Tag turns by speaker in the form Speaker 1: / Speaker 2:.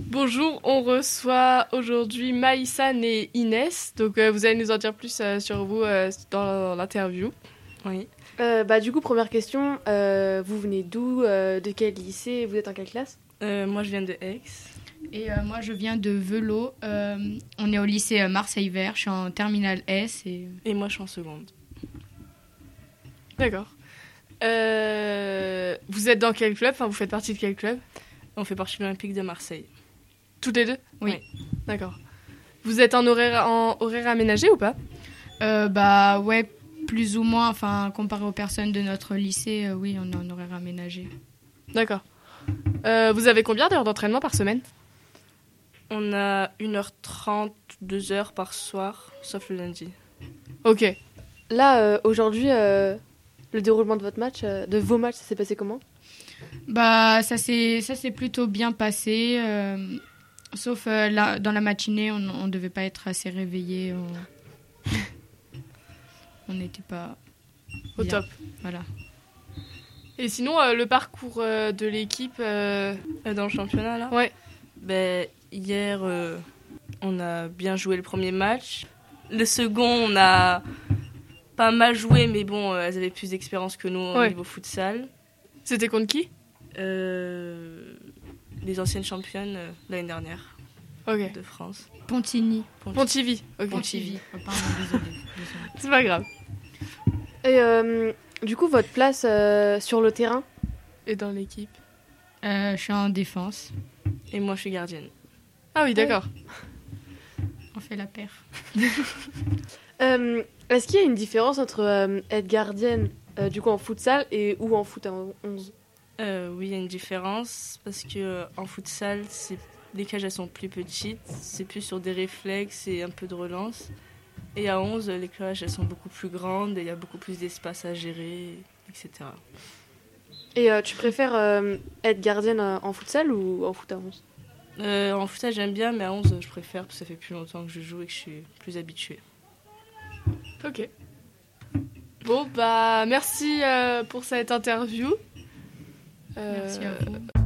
Speaker 1: Bonjour, on reçoit aujourd'hui Maïsan et Inès. Donc euh, vous allez nous en dire plus euh, sur vous euh, dans l'interview.
Speaker 2: Oui.
Speaker 3: Euh, bah, du coup, première question, euh, vous venez d'où, euh, de quel lycée, vous êtes en quelle classe
Speaker 2: Euh, moi, je viens de Aix.
Speaker 4: Et euh, moi, je viens de Velo. Euh, on est au lycée euh, Marseille Vert. Je suis en terminale S. Et...
Speaker 2: Et moi, je suis en seconde.
Speaker 1: D'accord. Euh, vous êtes dans quel club Enfin, vous faites partie de quel club
Speaker 2: On fait partie de l'Olympique de Marseille.
Speaker 1: Toutes les deux
Speaker 4: Oui.
Speaker 1: D'accord. Vous êtes en horaire, en horaire aménagé ou pas
Speaker 4: Euh, bah ouais, plus ou moins. Enfin, comparé aux personnes de notre lycée, euh, oui, on est en horaire aménagé.
Speaker 1: D'accord. Euh, vous avez combien d'heures d'entraînement par semaine
Speaker 2: On a 1h30, 2h par soir, sauf le lundi.
Speaker 1: Ok.
Speaker 3: Là, euh, aujourd'hui, euh, le déroulement de votre match, euh, de vos matchs, ça s'est passé comment
Speaker 4: Bah ça s'est ça s'est plutôt bien passé. euh, sauf euh, là, dans la matinée, on ne devait pas être assez réveillé. On on n'était pas
Speaker 1: Au
Speaker 4: bien,
Speaker 1: top.
Speaker 4: Voilà.
Speaker 1: Et sinon, euh, le parcours euh, de l'équipe. euh,
Speaker 2: Euh, dans le championnat, là
Speaker 1: Ouais.
Speaker 2: Ben, hier, euh, on a bien joué le premier match. Le second, on a pas mal joué, mais bon, euh, elles avaient plus d'expérience que nous au
Speaker 1: Ouais.
Speaker 2: niveau futsal.
Speaker 1: C'était contre qui
Speaker 2: Euh, les anciennes championnes euh, l'année dernière
Speaker 1: Ok.
Speaker 2: de France.
Speaker 4: Pontigny.
Speaker 1: Pontivy. Ok.
Speaker 4: Pontivy. Oh, pardon, désolé. désolé.
Speaker 1: C'est pas grave.
Speaker 3: Et euh, du coup, votre place euh, sur le terrain
Speaker 1: Et dans l'équipe
Speaker 4: Euh, je suis en défense.
Speaker 2: Et moi, je suis gardienne.
Speaker 1: Ah oui, d'accord.
Speaker 4: On fait la paire.
Speaker 3: Euh, Est-ce qu'il y a une différence entre euh, être gardienne euh, du coup en futsal et ou en foot à 11
Speaker 2: Euh, oui, il y a une différence parce que euh, en futsal, c'est les cages elles sont plus petites, c'est plus sur des réflexes et un peu de relance. Et à 11, les cages elles sont beaucoup plus grandes et il y a beaucoup plus d'espace à gérer, etc.
Speaker 3: Et euh, tu préfères euh, être gardienne euh, en futsal ou en foot à 11
Speaker 2: Euh, en futsal, j'aime bien, mais à 11, je préfère parce que ça fait plus longtemps que je joue et que je suis plus habituée.
Speaker 1: Ok. Bon, bah, merci euh, pour cette interview. Euh,
Speaker 4: Merci à vous.